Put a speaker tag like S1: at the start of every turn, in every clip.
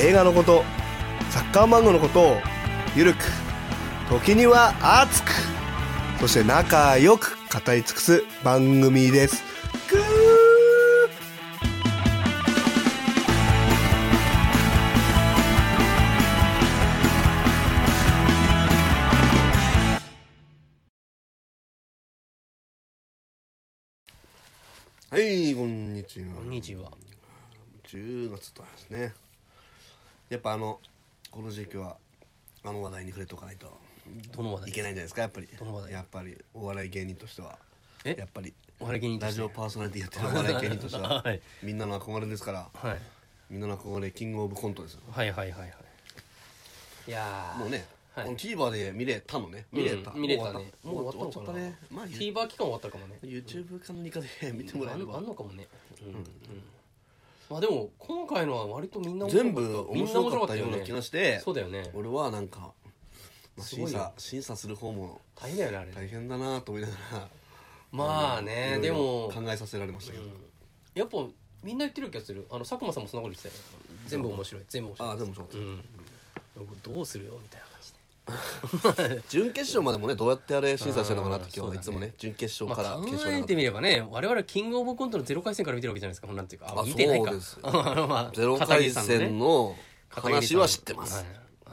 S1: 映画のことサッカー漫画のことをゆるく時には熱くそして仲良く語り尽くす番組ですぐーはい、こんにちは。
S2: こんにちは。
S1: 10月とですねやっぱあのこの時期はあの話題に触れとかないと
S2: どの話題
S1: いけないんじゃないですかやっぱり
S2: どの話題
S1: やっぱりお笑い芸人としては
S2: え
S1: やっぱり
S2: お笑い芸人と
S1: ラ
S2: し
S1: ジ
S2: て
S1: オパーソナリティやってるお笑い芸人としては、
S2: はい
S1: みんなの憧れですから
S2: はい、
S1: みんなの憧れキングオブコントですよ
S2: はいはいはいはいいやー
S1: もうね、
S2: はい
S1: この TVer で見れたのね
S2: うん
S1: 見れた、
S2: 見れたね
S1: もう終わったもう終わ
S2: の
S1: っちゃったねまあ
S2: な TVer 期間終わったかもね
S1: YouTube か何かで見てもら
S2: あ
S1: えれ
S2: んあ
S1: ば
S2: んのかもねうん、うんまあでも今回のは割とみんな面白
S1: 全
S2: かった
S1: 部面白かった
S2: み
S1: よ
S2: ん
S1: うな
S2: 面
S1: 気
S2: 白か
S1: が
S2: っ
S1: して、
S2: そうだよね
S1: 俺はなんか、まあ、
S2: すご
S1: 審
S2: いよ
S1: 査審査する方も
S2: 大変だよねあれ
S1: 大変だなと思いながら
S2: まあね
S1: い
S2: で
S1: ろいろ
S2: も
S1: 考えさせられましたけど、
S2: やっぱみんな言ってる気がするあの佐久間さんもそんなこと言ってたよ全部面白い全部面白い
S1: ああでもそう、
S2: うんどうするよみたいな感じで
S1: 準決勝までもねどうやってあれ審査してるのかなって今日
S2: あー
S1: は
S2: そう
S1: いつも
S2: だね
S1: ね準決勝
S2: ま
S1: から
S2: あ、考
S1: 決勝
S2: え
S1: に
S2: てみればね我々はキングオブコントのゼロ回戦から見てるわけじゃないですかなんていうかあ
S1: あ
S2: 見てないか
S1: そうです
S2: あの まあ
S1: ゼロ
S2: 片
S1: 回
S2: 桐さんのね
S1: 戦の
S2: 片桐さ
S1: 話
S2: ん
S1: は知ってます、
S2: はいあ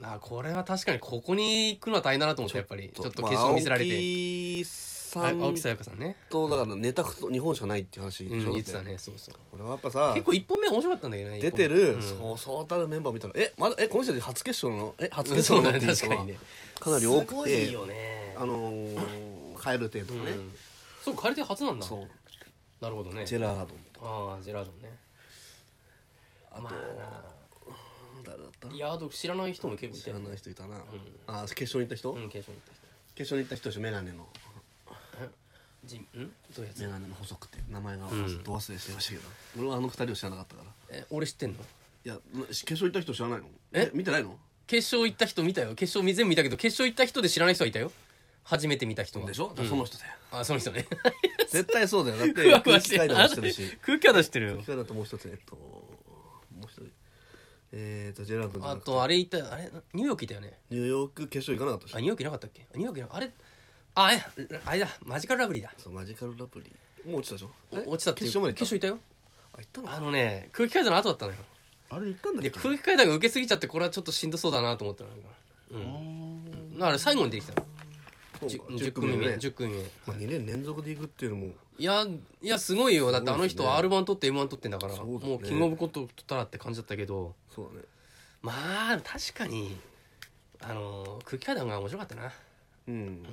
S2: のあこれは確かにここに行くのは大変だなと思ってやっぱりちょっと決勝見せられ
S1: まあ青木さ
S2: て、あ
S1: ん
S2: 青木さやかさんね、
S1: とだからネタと日本しかないっていう話
S2: う
S1: でし
S2: ん、
S1: ょ
S2: 言ってたねそうそう
S1: 俺はやっぱさ
S2: 結構一本目面白かったんだけどね
S1: 出てる、
S2: 一本
S1: そうそうたるメンバー見たらえまだえこの人たち初決勝なのえ初
S2: 目うん
S1: 決
S2: そう
S1: 勝
S2: だ
S1: なの
S2: ね
S1: っていう人が
S2: 確かにね
S1: かなり多くて
S2: すごいよね
S1: あのー、カエル亭とかね、
S2: うんそう借りて初なんだ
S1: そう
S2: なるほどね
S1: ジェラード
S2: ああジェラードンね
S1: あと、
S2: まあ
S1: 誰だった
S2: いやあと知らない人も結構い
S1: 知
S2: た
S1: ら
S2: よ
S1: ない人いたな、あ決勝に行った人、
S2: うん決勝に行った人
S1: 決勝に行った人でしょメガネの
S2: ジンんどういうやつ
S1: メガネの細くて名前が
S2: ん
S1: ど忘れしてましたけど、俺はあの二人を知らなかったから
S2: え俺知ってんの
S1: いやな決勝行った人知らないの
S2: え
S1: 見てないの
S2: 決勝行った人見たよ決勝全部見たけど決勝行った人で知らない人はいたよ初めて見た人が
S1: でしょ、だからその人だよ
S2: あその人ね
S1: 絶対そうだよだって
S2: ふわふわ
S1: 空
S2: し
S1: 気
S2: て
S1: 階
S2: る
S1: 段もしてるし
S2: 空気は出してるよ
S1: 空気階段ともう一つえっともう一人えっ、とジェラードンじゃ
S2: あ
S1: なくて
S2: とあれ行ったあれニューヨーク行ったよね
S1: ニューヨーク決勝行かなかったでし
S2: あ
S1: ょ
S2: ニューヨークいなかったっけニューヨークいなあれあえあれだマジカルラブリーだ
S1: そうマジカルラブリーもう落ちたでしょえ
S2: お落ちたっていう
S1: 決勝まで行
S2: 決
S1: った
S2: 勝いたよ
S1: あ行ったの
S2: あのね空気階段の後だったのよ
S1: あれ行ったんだ
S2: で
S1: っけ
S2: 空気階段が受けすぎちゃってこれはちょっとしんどそうだなと思ったのようんだから最後に出てきたの
S1: そうか
S2: 10,
S1: 10
S2: 組
S1: 組
S2: 目
S1: 目ね
S2: 10組目
S1: まあ、2年連続で行くっていうのも
S2: いやいやすごいよだってあの
S1: す
S2: 人
S1: ごいですね
S2: r 1取って m 1取ってんだから
S1: そう
S2: も
S1: だね
S2: うキングオブコント取ったらって感じだったけど
S1: そうだね
S2: まあ確かにあのー空気階段が面白かったな、
S1: うん
S2: うん、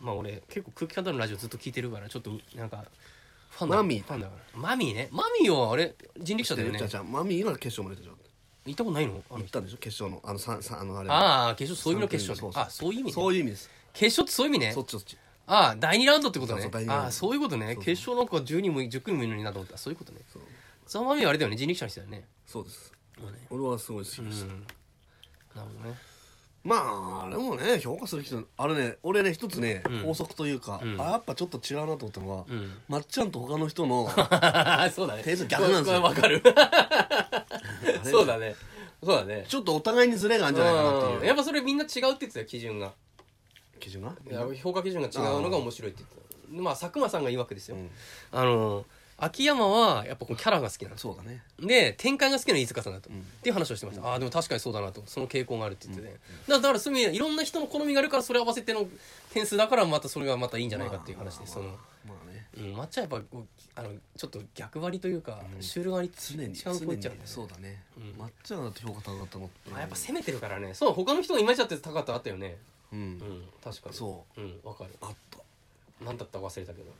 S2: まあ俺結構空気階段のラジオずっと聞いてるからちょっとなんかファンだ
S1: マミー
S2: ファンだからマミーねマミーはあれ人力車だよね
S1: じゃあじゃあマミーが決勝まで出ちゃう
S2: 行ったことないのあ
S1: 行
S2: の
S1: ったんでしょ決勝のあのさんさんあのあれ
S2: ああ決勝そういう意味の決勝ね
S1: そうそう
S2: あそういう意味ね
S1: そういう意味です
S2: 決勝ってそういう意味ね
S1: そっちそっち
S2: ああ第2ラウンドってこと
S1: そ
S2: ね
S1: うそう第二ラウンド
S2: ああそういうことね決勝なんか10人も10組もいるのになと思ったそういうことね
S1: そう
S2: ザ・マミーはあれだよね人力車の人だよね
S1: そうです
S2: まあね
S1: 俺はすごい好きでした、
S2: うん、なるほどね
S1: まあでもね評価する人あれね俺ね一つね、
S2: ん
S1: 法則というか、
S2: ん
S1: あやっぱちょっと違うなと思ったのは、
S2: ん
S1: まっちゃんと他の人 の
S2: そうだね
S1: テンション逆なんですよ
S2: これわかるそうだねそうだね
S1: ちょっとお互いにズレがあるんじゃないかなって
S2: うん
S1: いう
S2: やっぱそれみんな違うって言ってたよ基準が
S1: 基準が
S2: いや評価基準が違うのが面白いって言ってたまあ佐久間さんが曰くですよ、
S1: うん
S2: あの秋山はやっぱこうキャラが好きなんですよ
S1: そうだね
S2: で展開が好きな飯塚さんだと、っていう話をしてました、ああでも確かにそうだなとその傾向があるって言ってね、だだからそういう意味でいろんな人の好みがあるからそれ合わせての点数だからまたそれがまたいいんじゃないかっていう話で、その
S1: まあね
S2: うん、抹茶はやっぱこうあのちょっと逆張りというか、シュール割り
S1: 常に
S2: 違うこっちゃうんだよね
S1: 常にそうだね、まっちゃんだって評価高かったのって
S2: あやっぱ攻めてるからねそう他の人がいまいちだって高かったのあったよね
S1: うん、
S2: うん確かに
S1: そう
S2: うんわかる
S1: あった
S2: 何だったか忘れたけど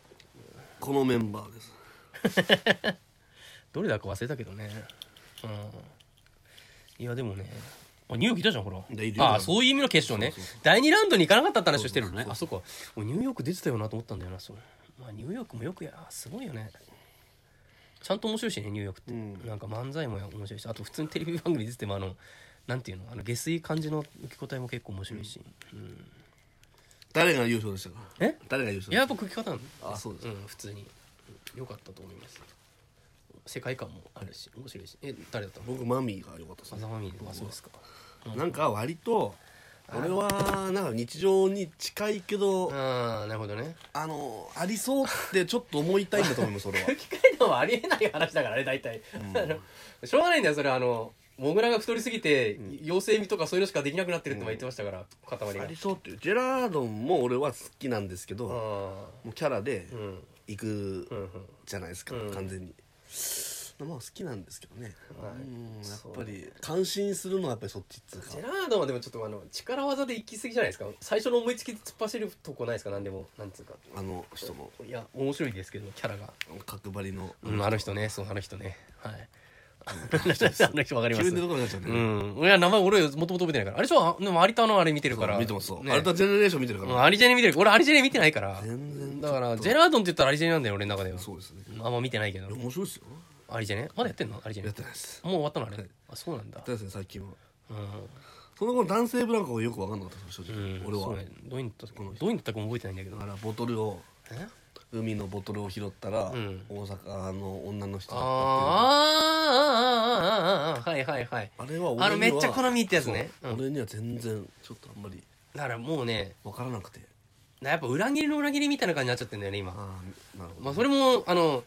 S1: このメンバーです
S2: どれだか忘れたけどねうんいやでもねあニューヨークいたじゃんほら
S1: でいるよ
S2: ああそういう意味の決勝ね第2ラウンドに行かなかったって話をしてるのねあそこ俺ニューヨーク出てたよなと思ったんだよなそう、まあ、ニューヨークもよくやすごいよねちゃんと面白いしねニューヨークって、
S1: うん
S2: なんか漫才も面白いしあと普通にテレビ番組出ててもあのなんていうのあの下水感じの受け答えも結構面白いし、
S1: 誰が優勝でしたか
S2: え
S1: 誰が優勝
S2: いややっぱ空気方なの
S1: あそうです
S2: うん普通に良かったと思います世界観もあるし面白いしえ誰だったの
S1: 僕マミーが良かったです
S2: 風
S1: ね
S2: 間みあそうですか
S1: なんか割と俺はなんか日常に近いけど
S2: ああなるほどね
S1: あのありそうってちょっと思いたいんだと思います俺は
S2: 機械のは ありえない話だからね大体、あのしょうがないんだよそれはあのモグラが太りすぎて、妖精味とかそういうのしかできなくなってるって前言ってましたから、塊が
S1: ありそうっていうジェラードンも俺は好きなんですけども
S2: あ
S1: うキャラで
S2: あうん
S1: 行く
S2: うんうん
S1: じゃないですか、
S2: うん
S1: 完全にまあ好きなんですけどね、
S2: はい
S1: うんやっ
S2: そう
S1: ぱり感心するのはやっぱりそっちっつうか
S2: ジェラードンはでもちょっとあの力技で行き過ぎじゃないですか最初の思いつきで突っ走るとこないですか何でもなんつうか
S1: あの人の
S2: いや面白いですけどキャラが
S1: 角張り の、
S2: うん、あの人ね、そう、あの人ね。 はい。あの人わかります。
S1: 急に出てこなくなっちゃうね、
S2: うん。俺は名前、俺、もともと覚えてないから。あれでしょあでも、有田のあれ見てるから。
S1: 見てますそう、
S2: ね
S1: あれとジェネレーション見てるか
S2: う
S1: ら、
S2: ん、アリジェネ見てる。俺、アリジェネ見てないから。
S1: 全然
S2: だから、ジェラードンって言ったらアリジェネなんだよ、俺の中では。
S1: そうですね
S2: あんま見てないけど
S1: いや。面白いですよ
S2: アリジェネまだやってんのアリジェネ。
S1: やってないです
S2: もう終わったのあれ。あ、そうなんだ
S1: やって。ないですね最近は
S2: うん。
S1: その後男性ブランコがよく分かんなかったです正
S2: う
S1: 直、
S2: ん。
S1: 俺は
S2: そうね。どういった、どういったかも覚えてないんだけど
S1: だか。らボトルを
S2: え
S1: 海のボトルを拾ったら、
S2: うん
S1: 大阪の女の人だったっていう
S2: あーあー、あーあー、あーあー、あーはいはいはい。
S1: あれは俺には
S2: あのめっちゃ好みってやつね
S1: そう
S2: うん
S1: 俺には全然ちょっとあんまり
S2: だからもうね、
S1: 分からなくて
S2: なやっぱ裏切りの裏切りみたいな感じになっちゃってんだよね、今。
S1: ああなるほど
S2: まあ、それもあの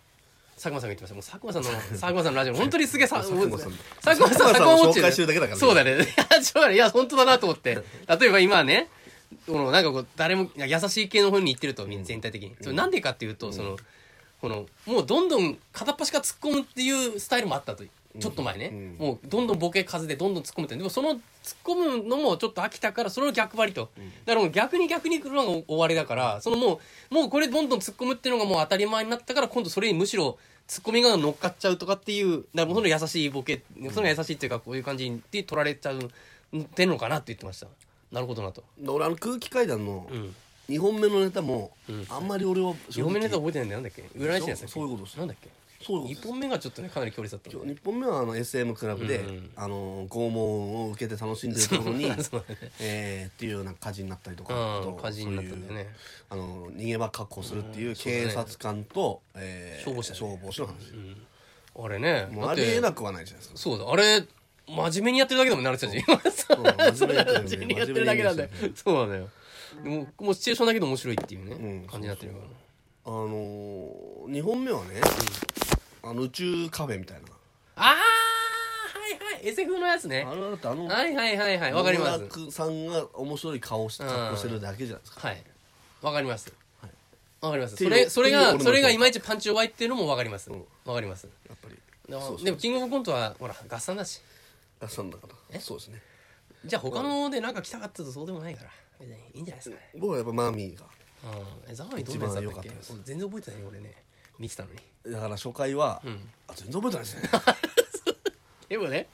S2: 佐久間さんが言ってましたもう佐久間 さんの佐久間さんのラジオ本当にすげえさ
S1: 佐久間さん
S2: 佐久
S1: 佐
S2: 間さん
S1: 久間さんを
S2: 佐久間ウォッチ
S1: 紹介してるだけだからね
S2: そうだねいやちょっとねいや本当だなと思って例えば今ねこのなんかこう誰もいや優しい系の方に行ってるとみんな全体的にそれなんでかっていうと、そのこのもうどんどん片っ端から突っ込むっていうスタイルもあったとちょっと前ね、
S1: うん
S2: もうどんどんボケ数でどんどん突っ込むってでもその突っ込むのもちょっと飽きたからそれの逆張りと、だからもう逆に逆に来るのが終わりだからそのもうもうこれどんどん突っ込むっていうのがもう当たり前になったから今度それにむしろ突っ込みが乗っかっちゃうとかっていうだからもうその優しいボケ、その優しいっていうかこういう感じで取られちゃうってんのかなって言ってましたなるほどなと
S1: で俺あの空気階段の
S2: ん
S1: 2本目のネタもあんまり俺は正
S2: 4
S1: 直
S2: 本目のネタ覚えてないんだよなんだっけ占い師のやつだ
S1: そ
S2: っけ
S1: うそういうことです
S2: なんだっけ
S1: そういうことで
S2: 1
S1: す
S2: 本目がちょっとねかなり強烈だったもんね
S1: 1本目はあの SM クラブで、
S2: うんう
S1: あの拷問を受けて楽しんでるところに
S2: そうそうだね、
S1: えー、っていうような火事になったりとか
S2: うん
S1: あと
S2: 火事になったんだよね
S1: そういうあの逃げ場確保するっていう警察官と、えー
S2: 消防士だね
S1: 消防士の話、
S2: あれね
S1: もう
S2: だ
S1: あ
S2: って
S1: りえなくはないじゃないですか
S2: そうだ、あれ、真面目にやってるだけでもなるちゃんじ今さ、
S1: そ
S2: そうれ
S1: 真
S2: 真
S1: 面
S2: 面
S1: 目に
S2: 目
S1: や
S2: にや
S1: っ
S2: って
S1: る
S2: て
S1: だ
S2: るだ
S1: け
S2: け
S1: な
S2: なんん
S1: だ
S2: だ
S1: よ
S2: よ。 そうなのよ。でも、もうシチュエーションだけど面白いっていうね、
S1: うん
S2: 感じになってるから。
S1: あのー、2本目はね、あの宇宙カフェみたいな
S2: あー、はいはい、SF のやつね
S1: あ。れはだってあの
S2: はいはいはいはい、わかります
S1: 野。村さんが面白い顔して格好してるだけじゃないですか
S2: はい。わかります。わかります。
S1: ってい
S2: そうれ、それ
S1: っていう俺
S2: が、
S1: の
S2: それがいまいちパンチ弱いっていうのもわかります
S1: ん。
S2: わかります。
S1: やっぱり
S2: で
S1: そう
S2: も
S1: そう
S2: でも、キングオブコントは、ほら、合算だし。
S1: 合算だからそうですね
S2: じゃあ、他のでなんか来たかったとそうでもないから。別にいいんじゃないですかね。
S1: 僕はやっぱマミーが
S2: うん。え、ザワイどんなやつだ
S1: 一番
S2: っ
S1: 良か
S2: た
S1: っ
S2: ったけ
S1: です
S2: 俺全然覚えてないよ、俺ね。見てたのに。
S1: だから初回は、あ全然覚えてないで すね
S2: でもね、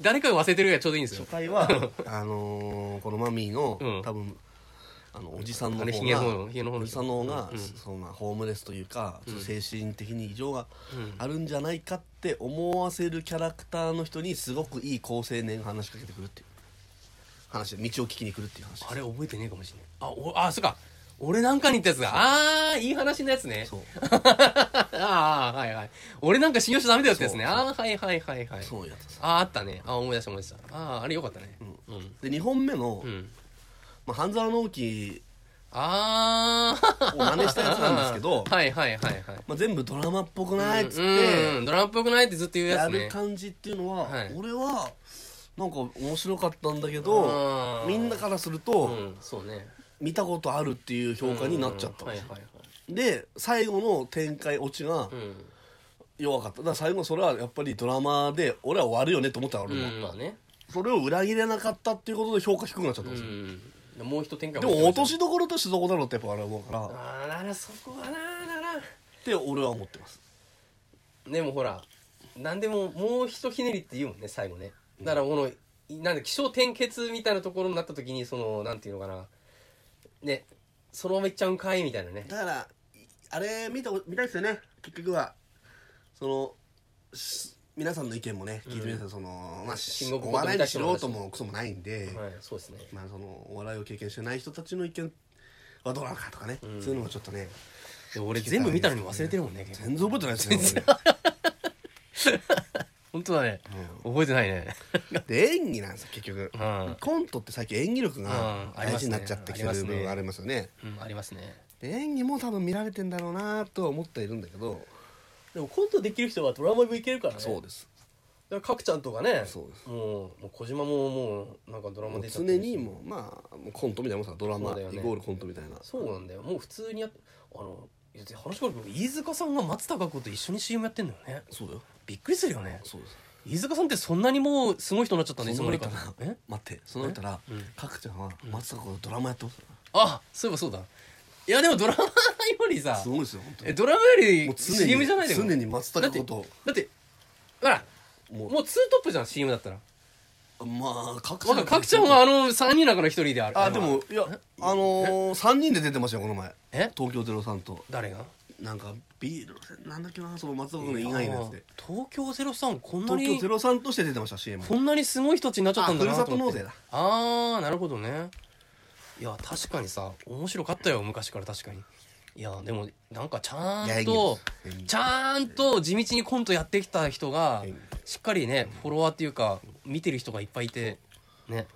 S2: 誰かが忘れてるがちょうどいいんですよ
S1: 初。回 はあのーこのマミーの、
S2: うん
S1: 多分あのおじさんの方
S2: あ
S1: が
S2: れひげの方ひげの方の
S1: おじさんの方が、そのまあホームレスというか、ちょっと精神的に異常があるんじゃないかって思わせるキャラクターの人にすごくいい好青年が話しかけてくるっていう話で道を聞きに来るっていう話です
S2: あれ覚えてねえかもしれない。あ、お、あ、そっか。俺なんかにってやつが。あー、いい話のやつね。
S1: そう
S2: あー、はいはい。俺なんか信用しちゃダメだよってやつね。
S1: そう
S2: あー、はいはいはいはい。
S1: そういうやつです
S2: あー、あったね。あー、思い出した思い出した。あー、あれよかったね。うん。うん。
S1: で2本目の、まあ、半沢直樹
S2: あー。
S1: を真似したやつなんですけど、
S2: はいはいはいはい。
S1: まあ、全部ドラマっぽくないっつって、
S2: うん、ドラマっぽくないってずっと言うや
S1: や
S2: つね
S1: る。感じっていうのは、
S2: はい
S1: 俺はなんか面白かったんだけど
S2: うん
S1: みんなからすると、
S2: うん、そうね。
S1: 見たことあるっていう評価になっちゃったん
S2: は
S1: で
S2: い
S1: す
S2: はい
S1: よ、
S2: はい。
S1: で最後の展開オチが
S2: うん。
S1: 弱かっただから最後それはやっぱりドラマで俺は終わるよねと思ったの俺も、
S2: うん、まあね。
S1: それを裏切れなかったっていうことで評価低くなっちゃったん
S2: う
S1: ですよ、
S2: ん。もう一展開
S1: でも落としどころとしてどこだろうってやっぱ俺は思うからっ
S2: ああならそこはななら
S1: て俺は思ってます
S2: でもほら何でももうひとひねりって言うもんね最後ねだからこのいなんだ気象転結みたいなところになった時にそのなんていうのかなねそのままいっちゃうんかいみたいなね
S1: だからいあれ見たこ見たいですよね結局はそのし皆さんの意見もね聞いてみてくださいそのまあし
S2: キングオブ
S1: お
S2: コント
S1: 笑い
S2: 見
S1: の
S2: た人の
S1: 素
S2: 話
S1: 人もクソもないんで、
S2: はいそうですね
S1: まあそのお笑いを経験してない人たちの意見はどうなのかとかね、そういうのもちょっとね
S2: で俺全部見たのに忘れてるもんね
S1: 全然覚えてないですね
S2: 本当だね、覚えてないね
S1: 俺ねで演技なんですよ結局、
S2: うん
S1: コントって最近演技力が
S2: うんあり
S1: 大
S2: ますね
S1: 事になっちゃってきてる部分がありますよね
S2: うんありますね
S1: で演技も多分見られてんだろうなとは思っているんだけど
S2: でもコントできる人はドラマもいけるからね
S1: そうです
S2: だから角ちゃんとかね
S1: そうです
S2: もうもう小島ももうなんかドラ
S1: も
S2: マ
S1: う
S2: 出ちゃ
S1: 常
S2: ってるし
S1: にもうまあもうコントみたいなもんさドラ
S2: そ
S1: マ、
S2: うだよね
S1: イコールコントみたいな
S2: そうなんだよもう普通にやっあのいや話変わるけど飯塚さんが松たか子と一緒に CM やってんだよね
S1: そうだよ
S2: びっくりするよね
S1: そうです
S2: 飯塚さんってそんなにもうすごい人になっちゃったんでいつ
S1: そ
S2: も
S1: の
S2: に
S1: 言っ
S2: か
S1: たら
S2: え
S1: 待ってその言ったら角ちゃんは松坂のドラマやってますから
S2: あそういえばそうだいやでもドラマよりさ
S1: すごいですよ本当
S2: え
S1: に
S2: ドラマよ
S1: も
S2: り
S1: う常に
S2: CM じゃないでも
S1: 常に松た
S2: だ
S1: か
S2: って
S1: 子
S2: だ
S1: と
S2: ってほら
S1: もう
S2: もうツートップじゃん CM だったら
S1: まあ角ちゃ
S2: わ
S1: ん
S2: かる角ちゃんはあの3人の中の1人である
S1: あでもいやあのー、3人で出てましたよこの前
S2: え
S1: 東京ゼロさんと
S2: 誰が
S1: なんかビールなんだっけなその松坂の以外のやつで
S2: あー東京ゼロ三こんな
S1: 東京
S2: に
S1: ゼロさんとして出てました CM
S2: こんなにすごい人たちになっちゃったんだなと思っ
S1: あふるさと納税
S2: て
S1: だ
S2: ああなるほどねいや確かにさ面白かったよ昔から確かにいやでもなんかちゃ
S1: いやい
S2: ん
S1: いで
S2: と
S1: すいいです
S2: ちゃんと地道にコントやってきた人が
S1: いいです
S2: しっかりねフォロワーっていうか見てる人がいっぱいいてね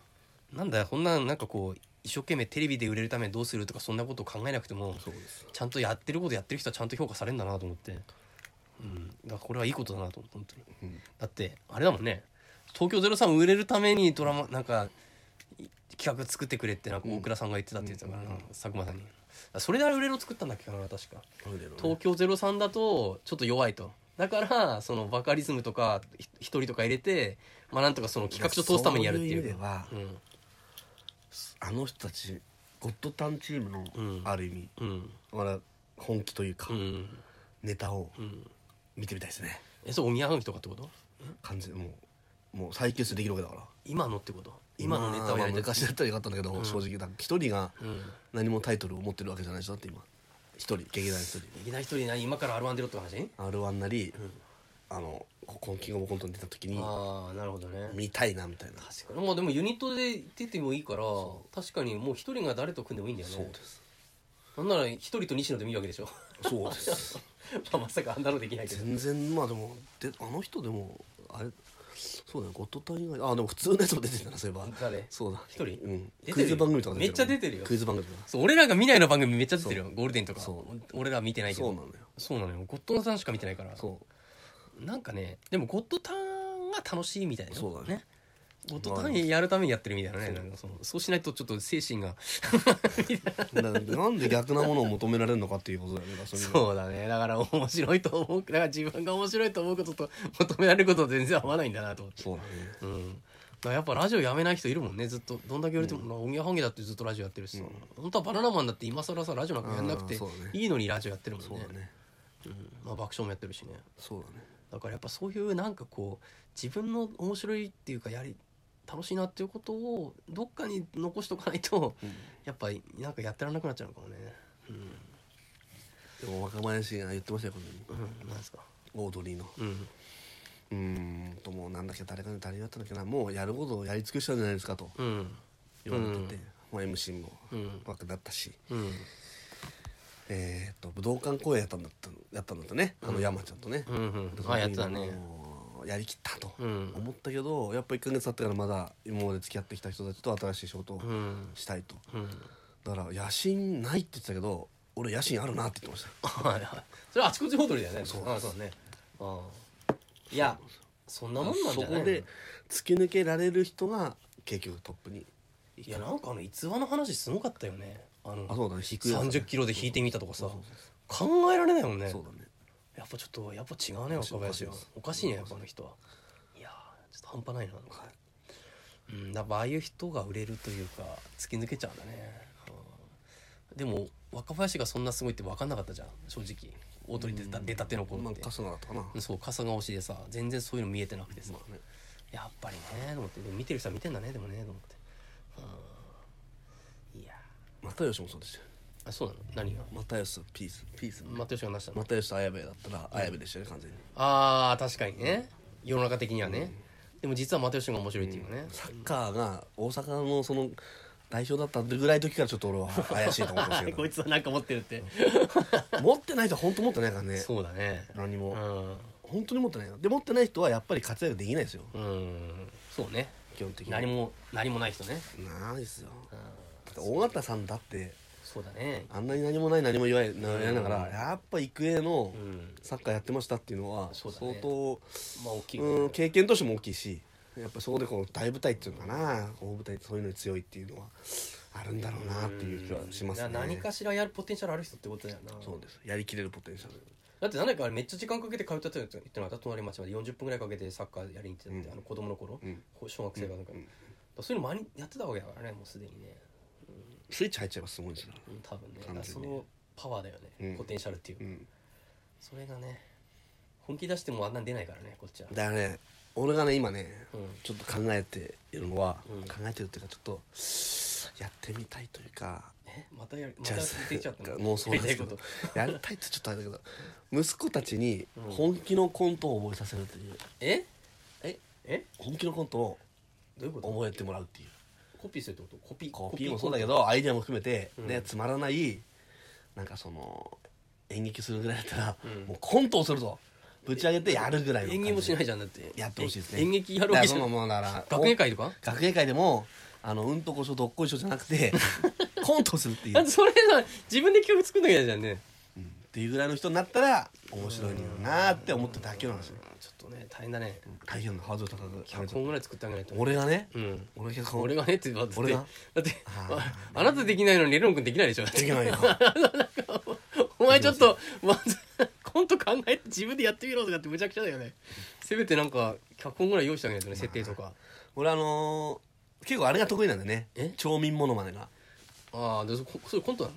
S2: なんだよこんななんかこう一生懸命テレビで売れるためにどうするとかそんなことを考えなくても
S1: そうです
S2: ちゃんとやってることやってる人はちゃんと評価されるんだなと思って、うん、だからこれはいいことだなと思って本当に、
S1: うん
S2: だってあれだもんね東京03売れるためにドラマなんかい企画作ってくれってなんか大倉さんが言ってたって言ってたからな、佐久間さんにそれであれ売れるを作ったんだっけかな確か東京03だとちょっと弱いとだからそのバカリズムとかひ一人とか入れてまあなんとかその企画書通すためにやるっていう
S1: そういう意味ではあの人たちゴッドタンチームの、
S2: うん
S1: ある意味
S2: うんうん
S1: まだ本気というか、
S2: うん
S1: ネタを
S2: うん
S1: 見てみたいですね
S2: えそうお宮崎とかってこと
S1: 完全にもうもう再結成できるわけだから
S2: 今のってこと今のネタを
S1: ま
S2: や
S1: あ
S2: りたい
S1: 昔だったらよかったんだけど、正直だから一人が
S2: うん
S1: 何もタイトルを持ってるわけじゃない人だって今一人劇団一人
S2: いきなり一人何今から R1 出ろって話
S1: r 1なり、あのここのキングオブコントに出た時に
S2: ああなるほどね
S1: 見たいなみたいな
S2: 確かにまあでもユニットで出てもいいから確かにもう一人が誰と組んでもいいんだよね
S1: そうです
S2: なんなら一人と西野でもいいわけで しょ
S1: そうです
S2: まあまさかあんなのできないけど
S1: 全然まあでもであの人でもあれそうだよゴッドタン以外あでも普通のやつも出てたなそういえば
S2: 誰
S1: そうだ
S2: 一人
S1: うん
S2: 出てるよ
S1: クイズ番組とか
S2: めっちゃ出てるよ
S1: クイズ番組とか
S2: そう俺らが見ないの番組めっちゃ出てるよゴールデンとか
S1: そ
S2: 俺ら見てないけど
S1: そうなのよ
S2: そうなのよゴッドタンしか見てないから
S1: そう
S2: なんかねでもゴッドタンが楽しいみたいな
S1: そうだね
S2: ゴッドタンやるためにやってるみたいなねなんかそのそうしないとちょっと精神が
S1: だからなんで逆なものを求められるのかっていうことだよねだから そういう
S2: そうだねだから面白いと思うだ から自分が面白いと思うことと求められることは全然合わないんだなと思って
S1: そうだね
S2: うんだからやっぱラジオやめない人いるもんねずっとどんだけ売れても、おみやはぎだってずっとラジオやってるしさ、本当はバナナマンだって今更さラジオなんかやんなくて
S1: あーそうだね
S2: いいのにラジオやってるもん
S1: そ
S2: ね
S1: うだね
S2: うんまあ、爆笑もやってるしね
S1: そうだね
S2: だからやっぱそういうなんかこう自分の面白いっていうかやり楽しいなっていうことをどっかに残しとかないと、やっぱりなんかやってらんなくなっちゃうのかもね
S1: でも若林が言ってましたよこ
S2: う
S1: の
S2: ん、なんですか
S1: オードリーの
S2: うん
S1: うーんともうなんだっけ誰かに誰がやったんだっけなもうやることをやり尽くしたんじゃないですかと
S2: うん
S1: 言われてて、もう MC も
S2: うん
S1: 若だったし、
S2: うん
S1: えー、と武道館公演やったんだったやったんだったねあの山ちゃんとね、
S2: うんうん
S1: でその時
S2: あやってたね
S1: もうやりきったと
S2: うん
S1: 思ったけど、やっぱ1か月経ってからまだ今まで付き合ってきた人たちと新しい仕事を
S2: うん
S1: したいと、
S2: うん
S1: だから野心ないって言ってたけど俺野心あるなって言ってました
S2: はいはいそれはあちこち踊りだよねそうあそうだねああいやそんなもんなん
S1: そ
S2: じゃない
S1: こ
S2: の
S1: で突き抜けられる人が結局トップに
S2: いやなんかあの逸話の話すごかったよねあの
S1: あそうだね低いやつ
S2: 3
S1: ね
S2: 0キロで引いてみたとかさ考えられないもんね
S1: そうだね
S2: やっぱちょっとやっぱ違うね若林はおかしいねやっぱあの人はいやーちょっと半端ないななんかうんやっぱああいう人が売れるというか突き抜けちゃうんだね、うんでも若林がそんなすごいって分かんなかったじゃん正直大鳥出た出たての頃
S1: まあ
S2: って、
S1: 春日だったかな、
S2: そう傘が推しでさ全然そういうの見えてなくてさ、
S1: ね
S2: やっぱりねと思ってでも見てる人は見てんだねでもねと思ってうんいや
S1: 又吉もそうですよ
S2: あそうなの何が
S1: 又吉とピースピース
S2: 又吉がなしたの
S1: 又吉と綾部だったら綾部でしたよね完全に
S2: あー確かにね世の中的にはね、でも実は又吉が面白いっていうかね、
S1: サッカーが大阪のその代表だったぐらいの時からちょっと俺は怪しいと思ってますけ
S2: こいつはなんか持ってるって
S1: ど持ってない人は本当持ってないからね
S2: そうだね
S1: 何
S2: う
S1: も
S2: ん
S1: 本当に持ってないので持ってない人はやっぱり活躍できないですよ
S2: うんそうね
S1: 基本的に
S2: 何も何もない人ね、
S1: ないですよ
S2: うん、
S1: だって大型さんだって
S2: そうだね
S1: あんなに何もない何も言わない言われながらやっぱ育英の
S2: うん
S1: サッカーやってましたっていうのは
S2: そう
S1: 相
S2: だね
S1: 当
S2: まあ大きい、
S1: うん経験としても大きいしやっぱそこでこう大舞台っていうのかな大舞台ってそういうのに強いっていうのはあるんだろうなっていう気はしますね
S2: な何かしらやるポテンシャルある人ってことだよな
S1: そうですやりきれるポテンシャル
S2: だってなんだかあれめっちゃ時間かけて通ったって言ってなかった隣町まで40分ぐらいかけてサッカーやりに行ってたって、あの子供の頃、小学生がなんか,、そういうの前にやってたわけだからねもうすでにね
S1: スイッチ入っちゃえばすごいですよ
S2: うん多分ね
S1: 完全にね
S2: そのパワーだよね、
S1: うん
S2: ポテンシャルっていう、
S1: うん
S2: それがね本気出してもあんなん出ないからねこっちは
S1: だからね俺がね今ね、
S2: うん
S1: ちょっと考えているのは、
S2: うん
S1: 考えてるっていうかちょっとやってみたいというか
S2: えまたやりま
S1: じ
S2: た
S1: ゃあ
S2: 出ちゃ ったの
S1: もうそう
S2: や
S1: で
S2: り
S1: す
S2: たい
S1: け
S2: こ
S1: ど
S2: と
S1: やりたいってちょっとあれだけど息子たちに本気のコントを覚えさせるという、
S2: えええ
S1: 本気のコントを
S2: どういうこと
S1: 覚えてもらうっていう
S2: コピーするってことコピー
S1: コピーも
S2: コ
S1: そう
S2: ント
S1: だけどアイデアも含めて、
S2: うん
S1: ねつまらないなんかその演劇するぐらいだったら、
S2: うん
S1: もうコントをするぞぶち上げてやるぐらいの
S2: 演技もしない
S1: じ
S2: じゃんだって
S1: やってほしいですね
S2: 演劇やるわけじゃ
S1: だからその
S2: ん
S1: もうだから
S2: 学芸会とか
S1: 学芸会でもあのうんとこしょどっこいしょじゃなく てコントするっていう、
S2: だってそれさ自分で曲作んなきゃいけないじゃんね
S1: うんっていうぐらいの人になったら面白いのよなーって思っただけなんですよ
S2: ちょっとね大変だね
S1: 大変なハードル高く
S2: 100本ぐらい作ってあげないと
S1: 俺がね、
S2: うん
S1: 俺がこう
S2: 俺がねってだって
S1: 俺が
S2: だって
S1: あ
S2: ああなたできないのにレロン君できないでしょだっ
S1: で
S2: て
S1: き ないよ
S2: お前ちょっとまずコント考えて自分でやってみろとかってむちゃくちゃだよねせめてなんか100本ぐらい用意してあげないとね設定とか
S1: 俺あのー結構あれが得意なんだよね
S2: え
S1: 町民モノマネが
S2: ああでそこそれコントなの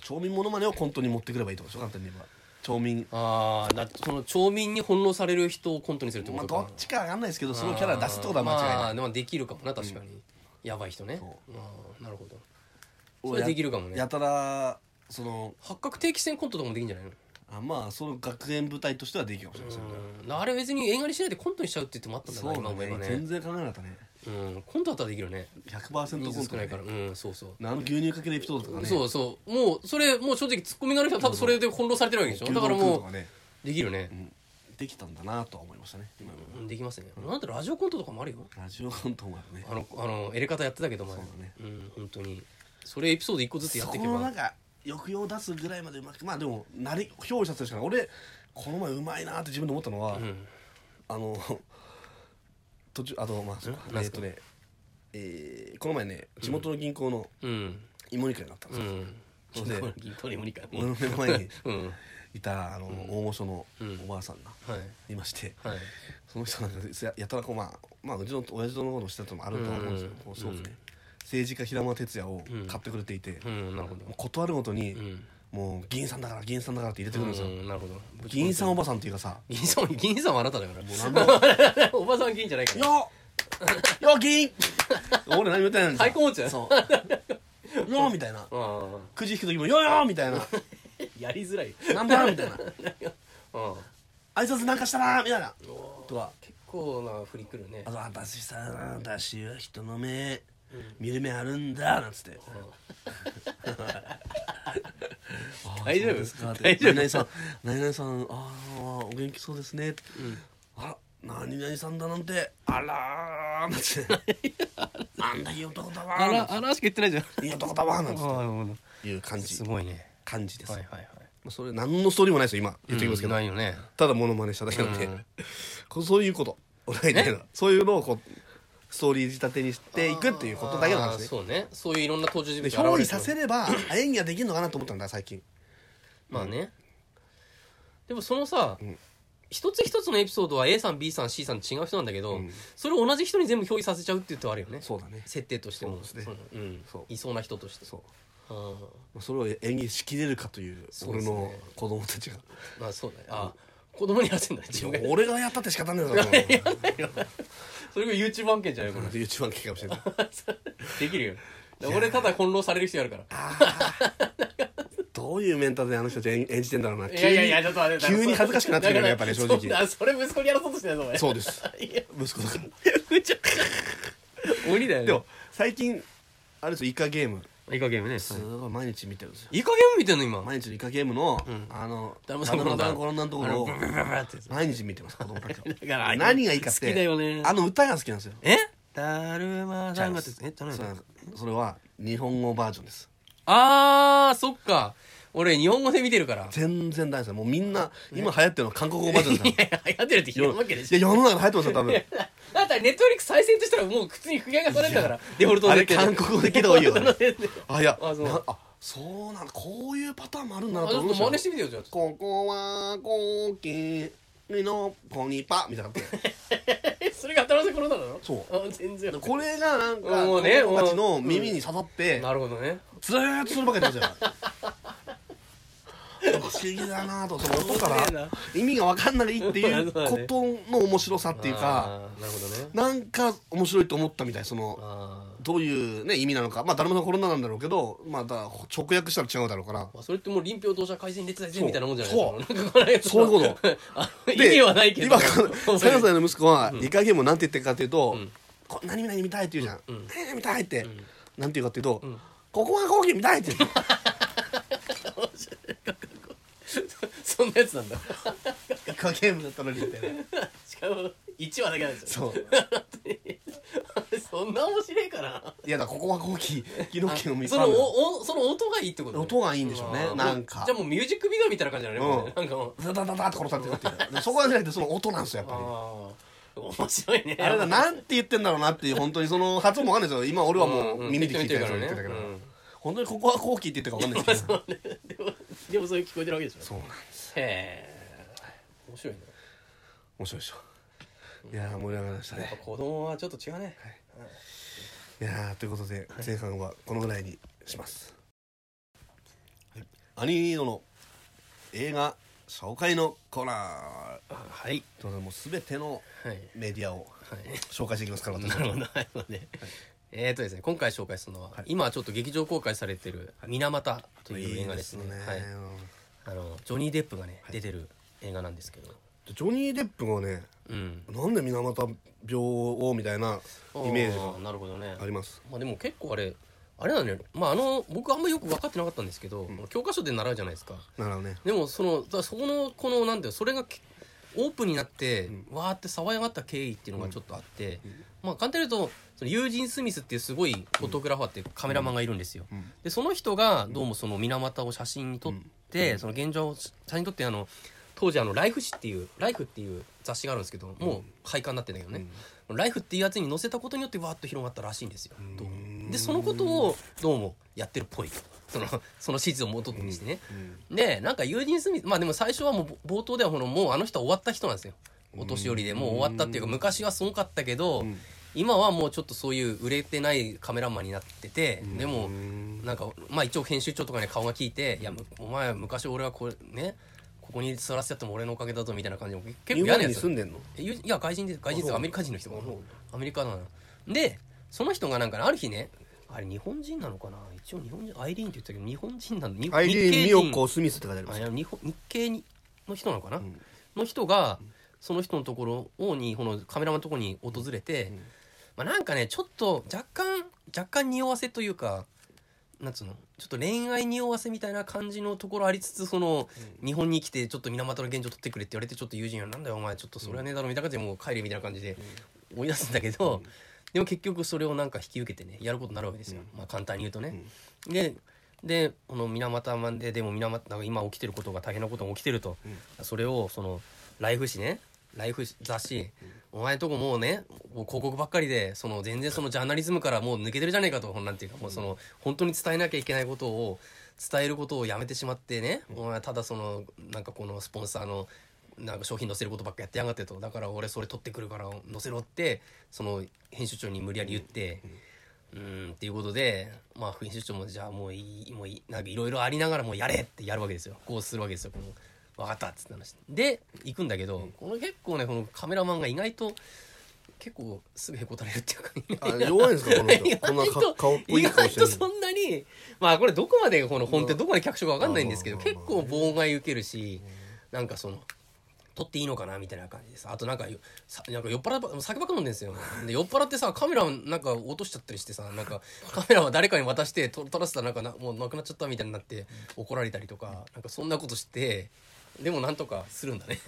S1: 町民モノマネをコントに持ってくればいいとかでしょ簡単に言えば町民
S2: ああだってその町民に翻弄される人をコントにするってこ
S1: まあ
S2: とか、
S1: どっちかわかんないですけどそのキャラ出すってことは間違い
S2: ま
S1: な
S2: あ
S1: い
S2: でもできるかもな確かに、やばい人ね
S1: そう
S2: ああなるほどそ
S1: 俺
S2: れ
S1: や
S2: できるかもね
S1: やたらその
S2: 八角定期戦コントとかもできんじゃないの
S1: あまあその学園舞台としてはできるかもしれませんね
S2: うんあれ別に映画にしないでコントにしちゃうって言ってもあったんだ
S1: そ
S2: な、
S1: う
S2: 今
S1: だ
S2: 思えば
S1: ね
S2: ね
S1: 全、然考えなかったね
S2: うん、コントだったらできるね
S1: 100%
S2: 人
S1: コン
S2: 数少
S1: ト
S2: な
S1: ね
S2: いからうんそうそう、
S1: あの牛乳かけるエピソードとかね
S2: そうそうもうそれもう正直ツッコミがある人は多分それで翻弄されてるわけでしょ
S1: 牛
S2: だから
S1: 丼食うと
S2: も
S1: かね
S2: うできるね
S1: う、んできたんだなとは思いましたね今の
S2: うん、できますねなんてラジオコントとかもあるよ
S1: ラジオコントもあるね
S2: あのあのエレカタやってたけど前
S1: そうだね
S2: うん本当にそれエピソード一個ずつやっていけ
S1: そのな
S2: ば
S1: んか抑揚出すぐらいまでうまくまあでもなり表したとしかない俺この前うまいなって自分で思ったのは、
S2: うん
S1: あの途中あのまあそうか
S2: 何
S1: え
S2: す
S1: っ
S2: か
S1: とねえーこの前ね地元の銀行の
S2: うん
S1: 芋煮会があったんで
S2: う
S1: すよ、
S2: ん
S1: そうで
S2: 銀行に無理か
S1: 俺の目の前に
S2: うんはい
S1: たあの、大御所のおばあさんが
S2: い
S1: いまして、
S2: はい
S1: その人なんかやや たらこうまあ、まあ、うちの親父との方の下ともあるとは思うんですけど、
S2: うん
S1: こうすごくね、政治家平間哲也を買ってくれていて、
S2: うんなるほど
S1: もう断るごとに、
S2: うん
S1: もう議員さんだから議員さんだからって入れてくるんですよ、
S2: うんなるほど
S1: 議員さんおばさんっていうかさ
S2: 議員さん議員さんはあなただから おばさん議員じゃないか
S1: 「
S2: ら
S1: よっよっ議員! 」俺何も言ってないんですよ
S2: 最高持ちだよ
S1: そう「よっ!」みたいな
S2: うん
S1: くじ引く時も「よっよっ!」みたいな
S2: やりづらい
S1: 「なんだ?」みたいな
S2: うん
S1: 「挨拶なんかしたな」みたいなとか
S2: 結構な振りくるね
S1: あと「私さ私は人の目見る目あるんだ」なんつって 「
S2: 大丈
S1: そうですか
S2: 夫
S1: って
S2: 大
S1: 何
S2: 丈
S1: 々
S2: 夫
S1: さん何々さんああお元気そうですね」ってあら何々さんだなんてあらーなんつって 「あんだいい男だわ
S2: あ
S1: ー」なん
S2: ら
S1: つっ
S2: あらしか言ってないじゃん
S1: ていい男だわー」なんつっ
S2: なるほど
S1: ていう感じ
S2: すごいね
S1: 感じです、
S2: はいはいはい
S1: まあそれ何のストーリーもないですよ今言ってきますけど、
S2: ないよね
S1: ただモノマネしただけなんで、
S2: うん
S1: こうそういうこと俺が言いたいのはそういうのをこうストーリー仕立てにしていくっていうことだけの話
S2: あー
S1: ね
S2: そうねそういういろんな登場人
S1: で
S2: 物
S1: 憑依
S2: 表
S1: させれば演技ができるのかなと思ったんだ最近
S2: まあねでもそのさ一つ一つのエピソードは A さん B さん C さん違う人なんだけどそれを同じ人に全部表依させちゃうっていうとあるよね
S1: そうだね
S2: 設定としても
S1: そうですね
S2: のうん
S1: そう
S2: いそうな人として
S1: そう
S2: あ
S1: まあそれを演技しきれるかという
S2: そうで
S1: 俺
S2: すね
S1: の子供たちが
S2: あまあそうだねあ子供にやらせんだね自分が
S1: 俺がやったって仕方ねえだろ
S2: それが YouTube 案件じゃないこ れ
S1: YouTube 案件かもしれない
S2: できるよだから俺ただ翻弄される人やるから
S1: どういうメンタルであの人たち演演じてんだろうない
S2: やいやいやちょっと待って
S1: 急に恥ずかしくなってくるよねやっぱり正直
S2: そうだそれ息子にやらそうとしてないぞお前
S1: そうです
S2: いや
S1: 息子だから
S2: むちゃ鬼だよね
S1: でも最近あれですよイカゲーム
S2: イカゲームね
S1: すごい毎日見てるんですよ
S2: イカゲーム見てんの今
S1: 毎日のイカゲームの、あの
S2: だるまさんが
S1: だるまさんが転んだところを
S2: ブブブブブってやつ
S1: 毎日見てます子供たちを
S2: だから
S1: 何がいいかって
S2: 好きだよね
S1: あの歌が好きなんですよ
S2: えだるまさんがってえ頼む
S1: そうなんですそれは日本語バージョンです
S2: あーそっか俺日本語で見てるから
S1: 全然大好きもうみんな今流行ってるの韓国語バージョンです
S2: いやいや流行ってるって
S1: から
S2: 言うわけでし
S1: いや世の中で流行ってますよ多分
S2: ょだったらネットフリックス再生としたらもう靴に不がされてたから デフォルト
S1: あ
S2: の
S1: れ
S2: 設定
S1: 韓
S2: で
S1: 国語で聞いた方がいいよ
S2: デフォルトの設定で
S1: あいや
S2: あそう
S1: なあそうなんだこういうパターンもあるんだ
S2: あ
S1: な
S2: ち
S1: と
S2: ょっ
S1: 思
S2: と
S1: い
S2: 真
S1: ま
S2: 似
S1: し
S2: したてみてよじゃあ
S1: ここはコーキーのコニパみたいなのあって
S2: えそれが頭の頃なの
S1: そう
S2: あ全然
S1: これがなんか
S2: も
S1: 子
S2: うね
S1: 供たちの耳に刺さって
S2: なるほどね
S1: ずーっとそればっかりやって ますよ不思議だなとその音か
S2: 面白い
S1: ら
S2: な
S1: 意味が分かんない っていう
S2: そうだ
S1: こ
S2: ね
S1: との面白さっていうか
S2: あーなるほどね
S1: なんか面白いと思ったみたいその
S2: あ
S1: どういう、ね、意味なのかまあ誰ものコロナなんだろうけどまあだから直訳したら違うだろうから
S2: ーまあそれってもう臨氷同社改善列大
S1: そ
S2: 全
S1: う
S2: みたいなもんじゃないですかなんかこれ
S1: そういうこと
S2: あの 意味はないけど
S1: 今3歳の息子はイカゲームをなんて言ってるかっていうと
S2: ん
S1: 「こ何々見たい」って言うじゃん
S2: う
S1: 「
S2: ん
S1: 何々見たい」ってなんて言うかっていうと
S2: ん
S1: 「ここはコーキー見たい」って言うの
S2: そんなやつなんだ
S1: イカゲームだったのにみたいな
S2: しかも1話だけなんですよ
S1: そう
S2: そんな面白いかない
S1: やだからここはコーキーギノッキの見
S2: そ
S1: た
S2: の
S1: い
S2: おおその音がいいってこと
S1: 音がいいんでしょうね
S2: あー
S1: なんか
S2: じゃあもうミュージックビデオみたいな感じだね,、もうね
S1: う
S2: なんかもう
S1: ダダダダって殺されてるっていうでもそこはじゃなくてその音なんですよやっぱり
S2: ああ面白いね
S1: あれだなんて言ってんだろうなっていう本当にその発音もわかんないですよ今俺はも
S2: ん
S1: うん耳で聞いてる
S2: 適
S1: か
S2: 当
S1: ら
S2: に言
S1: ね
S2: ってるからね
S1: 本当にここはコーキーって言ってるかわかんないですけど
S2: でもでもそれ聞こえてるわけでしょ
S1: そうなん
S2: へえ面白いね
S1: 面白いでしょいやー盛り上がりました
S2: やっ
S1: ね
S2: ぱ子供はちょっと違うね、
S1: いやーということで前半はこのぐらいにします、はい、アニードの映画紹介のコーナー
S2: はい
S1: ということでもう全ての
S2: はい
S1: メディアを
S2: はい
S1: 紹介していきますから私
S2: な
S1: は
S2: るほど、はいまあねえーとですね、今回紹介するのは、今ちょっと劇場公開されてる「水俣」という映画ですね
S1: いいですね
S2: はい、あのジョニー・デップがね、出てる映画なんですけど、
S1: ジョニー・デップがね
S2: うん、
S1: なんで水俣病をみたいなイメージ
S2: あなるほどね
S1: があります
S2: まあ、でも結構あれあれなんだよね、まあ、あの僕あんまよく分かってなかったんですけど、教科書で習うじゃないですか
S1: なるほどね
S2: でもそのだからそこのこのなんだよそれがけオープンになって、わーって騒いがった経緯っていうのがちょっとあって、まあ簡単に言うとそのユージン・スミスっていうすごいフォトグラファーっていうカメラマンがいるんですよ、
S1: ん
S2: でその人がどうもその水俣を写真に撮って、その現状を写真に撮ってあの当時あの「ライフ誌」っていう「ライフっていう雑誌があるんですけどもう廃刊になってんだけどね、ライフっていうやつに載せたことによってわーっと広がったらしいんですよ、どうもでそのことをどうもやってるっぽいそのその史実を元にしてね、でなんかユージン・スミスまあでも最初はもう冒頭ではこのもうあの人は終わった人なんですよお年寄りでもう終わったっていうか昔はすごかったけど、今はもうちょっとそういう売れてないカメラマンになってて、でもなんかまあ一応編集長とかに顔が聞いて「いやむお前昔俺はこれねここに座らせてやっても俺のおかげだぞ」みたいな感じで結
S1: 日
S2: 構嫌
S1: 本
S2: なや
S1: に
S2: つ
S1: 住んでんの
S2: えゆいや外人です外人で
S1: あ
S2: す
S1: そう
S2: アメリカ人の人がアメリカなのでその人がなんかねある日ねあれ日本人なのかな一応日本人アイリーンって言ったけど日本人なの日
S1: アイリーン・ミ
S2: 日系人
S1: ヨコ・スミスって書いてありま
S2: あい
S1: す
S2: や日本日系にの人なのかな、の人がその人のところをにこのカメラマンのところに訪れて、まあ、なんかねちょっと若干若干匂わせというかなんつうのちょっと恋愛匂わせみたいな感じのところありつつその、日本に来てちょっと水俣の現状取ってくれって言われてちょっと友人はなんだよお前ちょっとそれはねえだろみたいな感じでもう帰れみたいな感じで追い出すんだけど、でも結局それをなんか引き受けてねやることになるわけですよ、まあ簡単に言うとね。ででこの水俣まででも水俣が今起きてることが大変なことが起きてると、それをそのライフ誌ねライフ誌雑誌、お前んとこもうねもう広告ばっかりでその全然そのジャーナリズムからもう抜けてるじゃねえかとなんていうかもうその本当に伝えなきゃいけないことを伝えることをやめてしまってね、お前ただそのなんかこのスポンサーのなんか商品載せることばっかやってやがってとだから俺それ取ってくるから載せろってその編集長に無理やり言って。うーんっていうことで、まあ、編集長もじゃあもういいもういいなんかいろいろありながらもうやれってやるわけですよこうするわけですよこの分かったっつって話してで行くんだけど、この結構ねこのカメラマンが意外と結構すぐへこたれるっていうか
S1: あ弱いんですかこの人こんな
S2: 意外と
S1: か顔っぽい
S2: 意
S1: 顔
S2: 外
S1: してる
S2: とそんなにまあこれどこまでこの本
S1: ま
S2: 当
S1: あ
S2: どこまで脚色か分かんないんですけど
S1: まあまあ
S2: 結
S1: まあ
S2: 構妨害受けるしなんかその撮っていいのかなみたいな感じですあとなんかよさなんか酔っ払って酒ばっか飲んでんですよで酔っ払ってさカメラをなんか落としちゃったりしてさなんかカメラは誰かに渡して撮撮らせたらなんかなもうなくなっちゃったみたいになって怒られたりとかなんかそんなことしてでもなんとかするんだね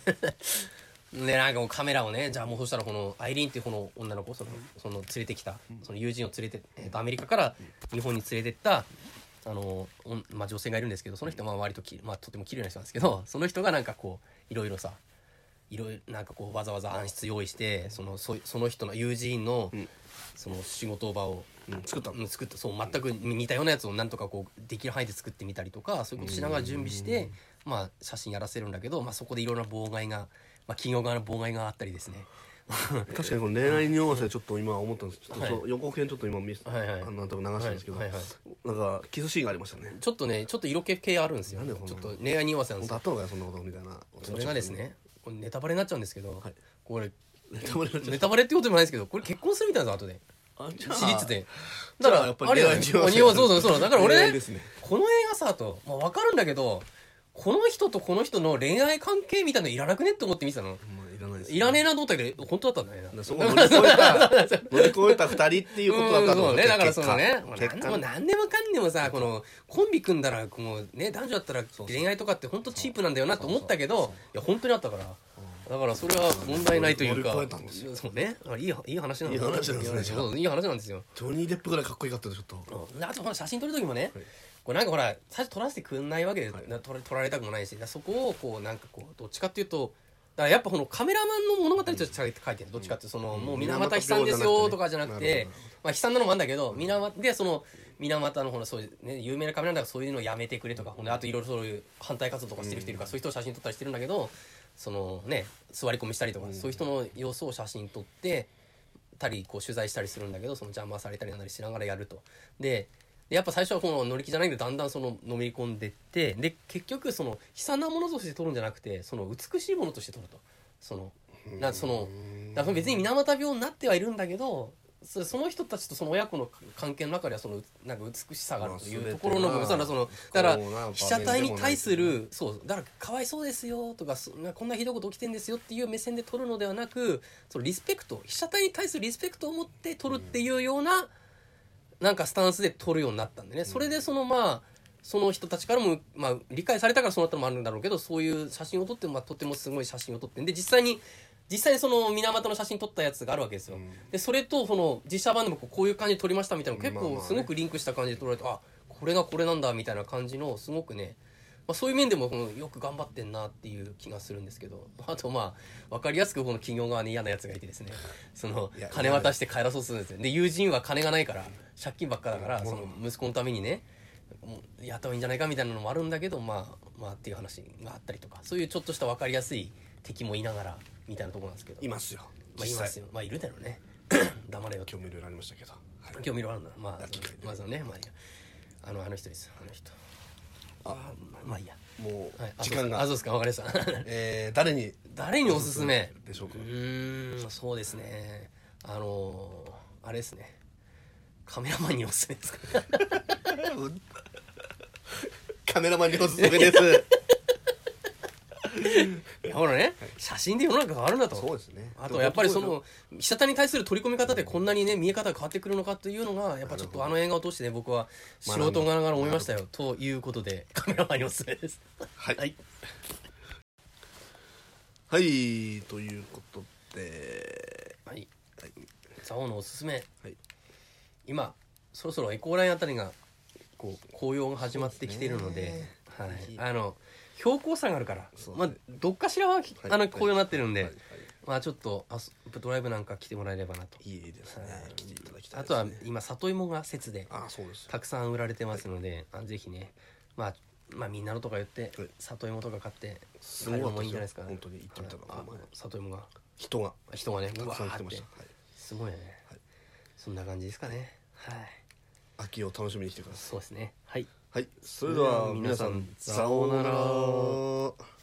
S2: でなんかもうカメラをねじゃあもうそしたらこのアイリーンっていうこの女の子そのその連れてきたその友人を連れて、えーとアメリカから日本に連れてったあの、おんまあ、女性がいるんですけどその人はまあ割とき、まあ、とても綺麗な人なんですけどその人がなんかこういろいろさいろいろなんかこうわざわざ暗室用意してそのそその人の友人の、その仕事場を、
S1: 作ったの
S2: うん作ったそう全く似たようなやつをなんとかこうできる範囲で作ってみたりとかそういうことしながら準備して、まあ、写真やらせるんだけど、まあ、そこでいろんな妨害が、まあ、企業側の妨害があったりですね。
S1: 確かにこの恋愛ニュアンスでちょっと今思ったんですちょっとそ
S2: は
S1: の予告編ちょっと今見せ、
S2: はいはい
S1: あのなんとか流したんですけど、
S2: はいはい
S1: なんかキスシーンがありましたね
S2: ちょっとねちょっと色気系あるんですよ
S1: なん
S2: ち
S1: で
S2: ょ
S1: こんな
S2: っと恋愛に合わせなんで
S1: 本
S2: す
S1: 当あ
S2: よ
S1: ったのかよそんなことみたいな
S2: それがですねこれネタバレになっちゃうんですけど、
S1: はい
S2: これ
S1: ネタバレになっちゃ
S2: ネタバレってことでもないですけどこれ結婚するみたいなんですよ後で
S1: うあじゃあ
S2: 私立でだ から
S1: じゃあやっぱり
S2: あれよ
S1: 恋愛に合わせ
S2: 鬼はそうそうそうだか ら俺
S1: 恋
S2: ね
S1: 愛ですね
S2: この映画さと、まあ、分かるんだけどこの人とこの人の恋愛関係みたいなのいらなくねって思って見てたの
S1: まあいらないです
S2: いらねえなと思ったけど本当だったんだね
S1: だからそこを乗り越え た乗り越えた二人っていうことだった
S2: うんそうねだからそのねもう
S1: 結
S2: 何も
S1: 果
S2: う何でもかんでもさこのコンビ組んだらこうね男女だったら恋愛とかって本当チープなんだよなと思ったけどいや本当にあったからだからそれは問題ないというか
S1: 乗り越えたんです
S2: そうねあいいいい話なん
S1: いい話なんですね
S2: いい話なんですよ
S1: ジョニー・デップぐらいかっこよかったですちょっと
S2: であとほら写真撮る時もね、これなんかほら最初撮らせてくんないわけで、な撮ら撮られたくもないしだからそこをこうなんかこうどっちかっていうとだからやっぱこのカメラマンの物語として書いてるどっちかっていうとその、もう水俣悲惨ですよとかじゃなく
S1: なるほどな
S2: て
S1: るほ
S2: まあ悲惨なのもあるんだけど水俣でその水俣のほらそういうね有名なカメラマンだからそういうのやめてくれとかほんであといろいろそういう反対活動とかしてる人いるから、そういう人を写真撮ったりしてるんだけどそのね座り込みしたりとか、そういう人の様子を写真撮ってたりこう取材したりするんだけどその邪魔されたりなんだりしながらやると。ででやっぱ最初はこの乗り気じゃないけどだんだんその飲み込んでってで結局その悲惨なものとして撮るんじゃなくてその美しいものとして撮るとそのなそのだから別に水俣病になってはいるんだけどそその人たちとその親子の関係の中ではそのなんか美しさがあるというところの
S1: まあ
S2: 僕さその
S1: こう
S2: だから
S1: なんか
S2: 被写体に対するそうだからかわいそうですよとかそこんなひどいこと起きてんですよっていう目線で撮るのではなくそのリスペクト被写体に対するリスペクトを持って撮るっていうような、なんかスタンスで撮るようになったんでね、それでそのまあその人たちからも、まあ、理解されたからそうなったのもあるんだろうけどそういう写真を撮って、まあ、とてもすごい写真を撮ってんで実際に実際にその水俣の写真撮ったやつがあるわけですよ、でそれとその実写版でもこうこういう感じで撮りましたみたいな結
S1: まあまあ
S2: 構
S1: ね
S2: すごくリンクした感じで撮られて、あこれがこれなんだみたいな感じのすごくね、まあ、そういう面でもこのよく頑張ってんなっていう気がするんですけど あとまあ分かりやすくこの企業側に嫌なやつがいてですねその
S1: いや
S2: 金渡して帰らそうとするんですよで友人は金がないから借金ばっかだからその息子のためにねもうやった方がいいんじゃないかみたいなのもあるんだけどまあまあっていう話があったりとかそういうちょっとした分かりやすい敵もいながらみたいなところなんですけど
S1: いますよ
S2: まあ、い
S1: 実
S2: ま
S1: 際
S2: すよまあいるだろうね 黙れよ
S1: 今日もいろいろありましたけど、はい
S2: 興味のあるなまあまずはねまあいいやあのあの人ですあの人
S1: あ
S2: まあまあいいや
S1: もう
S2: はいあ
S1: 時間が、
S2: あそうですか分かりました
S1: えー、誰に
S2: 誰におすすめ
S1: でしょうか
S2: うーんそうですねあのーあれですねカメラマンにおすすめ ですか
S1: カメラマンにおすすめ です
S2: いやほらね写真で世の中変わるんだと
S1: そうですね
S2: あとやっぱりその被写体に対する取り込み方でこんなにね見え方が変わってくるのかというのがやっぱちょっとあの映画を通してね僕は素人ながら思いましたよということでカメラマンにおすすめです
S1: はい
S2: はい
S1: はいということで
S2: はい
S1: はい、
S2: 蔵王のおすすめ
S1: はい、
S2: 今そろそろエコーラインあたりがこう紅葉が始まってきているので
S1: そう
S2: は
S1: です
S2: い、
S1: ね
S2: あの標高差があるから、
S1: そう
S2: まあ、どっかしらは、あの紅葉になってるんで、
S1: はいはい
S2: まあ、ちょっとあそドライブなんか来てもらえればなと
S1: いいですね来ていただきたい
S2: あ
S1: で
S2: と
S1: す
S2: は
S1: ね
S2: 今里芋が節で
S1: あそうです
S2: たくさん売られてますので、あぜひね、まあ、まあみんなのとか言って、
S1: はい
S2: 里芋とか買って
S1: す
S2: 帰
S1: ご
S2: る
S1: い
S2: のもいいんじゃないですか、
S1: 本当に行ってみたら
S2: はいあ
S1: この前
S2: 里芋が
S1: 人が
S2: 人がね
S1: た
S2: うわ
S1: くさん
S2: ー
S1: 来て
S2: っ
S1: ま
S2: て
S1: した、はい、
S2: すごいよね、
S1: はい
S2: そんな感じですかねはい
S1: 秋を楽しみにしてください
S2: そうですねはい
S1: はいそれでは皆さん
S2: 皆さん
S1: さような
S2: さよ
S1: ら